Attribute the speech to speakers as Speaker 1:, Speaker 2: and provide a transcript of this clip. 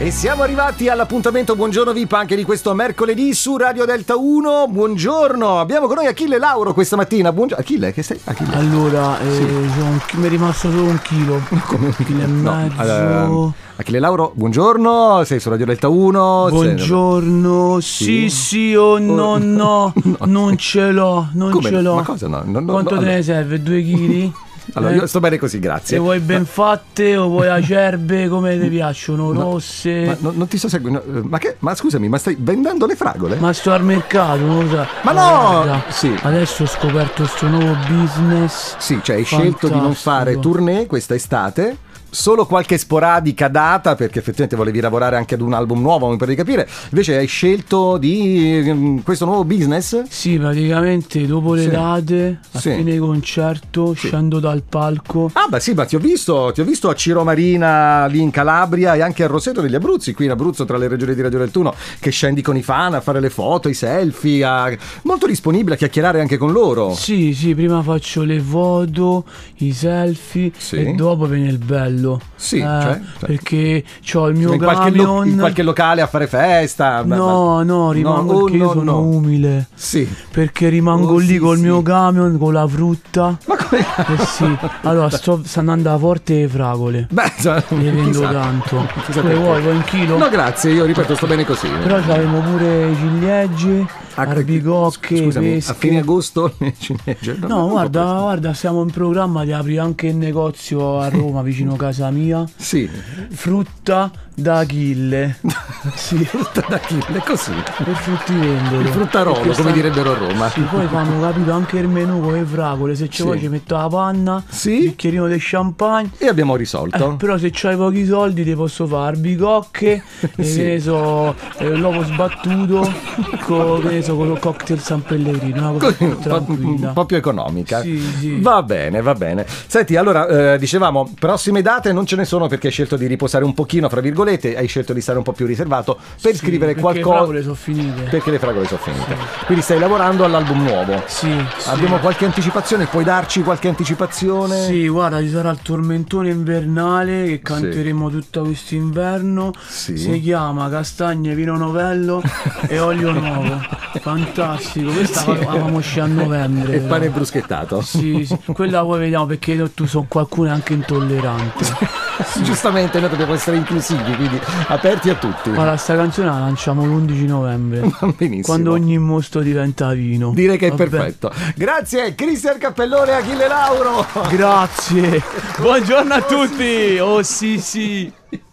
Speaker 1: E siamo arrivati all'appuntamento Buongiorno VIP anche di questo mercoledì su Radio Delta 1. Buongiorno, abbiamo con noi Achille Lauro questa mattina. Buongiorno. Achille, che sei? Achille.
Speaker 2: Allora, eh, sono un chi- mi è rimasto solo un chilo. Come un chilo e
Speaker 1: No,
Speaker 2: mezzo.
Speaker 1: allora, ehm, Achille Lauro, buongiorno, sei su Radio Delta 1. sei-
Speaker 2: Buongiorno,
Speaker 1: Sì.
Speaker 2: sì, sì, oh no, no, non ce l'ho, non
Speaker 1: Come?
Speaker 2: ce l'ho.
Speaker 1: Ma cosa no? No, no,
Speaker 2: Quanto
Speaker 1: no,
Speaker 2: te
Speaker 1: vabbè.
Speaker 2: ne serve? Due chili?
Speaker 1: Allora,
Speaker 2: Eh,
Speaker 1: io sto bene così,
Speaker 2: Se
Speaker 1: grazie.
Speaker 2: vuoi ben fatte o vuoi acerbe come ti piacciono, rosse.
Speaker 1: Ma
Speaker 2: Ma,
Speaker 1: no- non ti sto seguendo. eh, Ma, che- ma scusami, ma stai vendendo le fragole?
Speaker 2: sto al mercato, non lo sai.
Speaker 1: Ma
Speaker 2: Ma
Speaker 1: no!
Speaker 2: guarda,
Speaker 1: Sì.
Speaker 2: Adesso ho scoperto questo nuovo business.
Speaker 1: Sì, cioè hai scelto di non
Speaker 2: Fantastico.
Speaker 1: fare tournée questa estate. Solo qualche sporadica data, perché effettivamente volevi lavorare anche ad un album nuovo, mi pare di capire. Invece hai scelto di ehm, questo nuovo business.
Speaker 2: Sì, praticamente dopo le
Speaker 1: Sì.
Speaker 2: date, a
Speaker 1: Sì.
Speaker 2: fine concerto, scendo dal palco.
Speaker 1: Ah, beh, sì, ma ti ho visto, ti ho visto a Ciro Marina lì in Calabria e anche a Roseto degli Abruzzi, qui in Abruzzo, tra le regioni di Radio del Tuno, che scendi con i fan a fare le foto, i selfie, a- molto disponibile a chiacchierare anche con loro.
Speaker 2: Sì, sì, prima faccio le foto, i selfie
Speaker 1: Sì.
Speaker 2: e dopo viene il bello.
Speaker 1: Sì,
Speaker 2: Eh,
Speaker 1: cioè, cioè.
Speaker 2: perché ho il mio
Speaker 1: In qualche, lo-
Speaker 2: camion.
Speaker 1: in qualche locale a fare festa. ma-
Speaker 2: No,
Speaker 1: ma-
Speaker 2: no, rimango
Speaker 1: oh,
Speaker 2: perché io
Speaker 1: no,
Speaker 2: sono
Speaker 1: no.
Speaker 2: umile.
Speaker 1: Sì.
Speaker 2: Perché rimango
Speaker 1: Oh,
Speaker 2: lì
Speaker 1: sì,
Speaker 2: col
Speaker 1: sì.
Speaker 2: mio camion, con la frutta.
Speaker 1: Ma come...
Speaker 2: Eh sì, allora sto, sta andando a forte le fragole.
Speaker 1: Beh, cioè,
Speaker 2: Ne vendo
Speaker 1: chissà.
Speaker 2: tanto.
Speaker 1: Chissà
Speaker 2: Come
Speaker 1: perché.
Speaker 2: vuoi, vuoi un chilo?
Speaker 1: No, grazie, io ripeto, sto bene così.
Speaker 2: Però c'avevo pure ciliegie,
Speaker 1: Ah,
Speaker 2: arbicocche,
Speaker 1: scusami,
Speaker 2: pesche.
Speaker 1: a fine agosto le ciliegie.
Speaker 2: No,
Speaker 1: non
Speaker 2: guarda,
Speaker 1: posso-
Speaker 2: guarda, siamo in programma di aprire anche il negozio a Roma, vicino casa mia.
Speaker 1: Sì,
Speaker 2: Frutta da Achille. sì,
Speaker 1: frutta d'Achille, così.
Speaker 2: per fruttivendolo.
Speaker 1: Il fruttarolo,
Speaker 2: Perché
Speaker 1: come direbbero a Roma.
Speaker 2: Sì, poi fanno capito anche il menù con le fragole, se
Speaker 1: Sì.
Speaker 2: ci vuoi ci metto la panna,
Speaker 1: Sì.
Speaker 2: un bicchierino di champagne.
Speaker 1: E abbiamo
Speaker 2: Eh,
Speaker 1: risolto.
Speaker 2: però se c'hai pochi soldi ti posso fare bicocche, e
Speaker 1: Sì.
Speaker 2: che ne so, eh, l'uovo sbattuto, co, che ne so, con lo cocktail San Pellegrino, una cosa
Speaker 1: Così,
Speaker 2: più
Speaker 1: un po',
Speaker 2: tranquilla.
Speaker 1: un po' più economica.
Speaker 2: Sì, sì.
Speaker 1: Va bene, va bene. Senti, allora, eh, dicevamo, prossime date non ce ne sono perché hai scelto di riposare un pochino, fra virgolette, hai scelto di stare un po' più riservato per
Speaker 2: Sì,
Speaker 1: scrivere
Speaker 2: perché
Speaker 1: qualcosa.
Speaker 2: Le fragole sono finite.
Speaker 1: Perché le fragole sono finite. Quindi stai lavorando all'album nuovo.
Speaker 2: Sì, sì.
Speaker 1: Abbiamo qualche anticipazione? Puoi darci qualche anticipazione?
Speaker 2: Sì, guarda, ci sarà il tormentone invernale che canteremo tutto quest'inverno.
Speaker 1: Sì.
Speaker 2: Si chiama Castagne, Vino Novello e Olio Nuovo. Fantastico, questa
Speaker 1: Sì.
Speaker 2: la facciamo uscire a novembre.
Speaker 1: E
Speaker 2: però.
Speaker 1: pane bruschettato.
Speaker 2: Sì, sì, quella poi vediamo perché tu sono qualcuno anche intollerante.
Speaker 1: Giustamente noi dobbiamo essere inclusivi, quindi aperti a tutti.
Speaker 2: Guarda, sta canzone la lanciamo l'11 novembre.
Speaker 1: Benissimo.
Speaker 2: Quando ogni mosto diventa vino.
Speaker 1: Direi che è
Speaker 2: Vabbè.
Speaker 1: perfetto. Grazie Cristian Cappellone e Achille Lauro.
Speaker 2: Grazie. Buongiorno a tutti. Oh sì sì.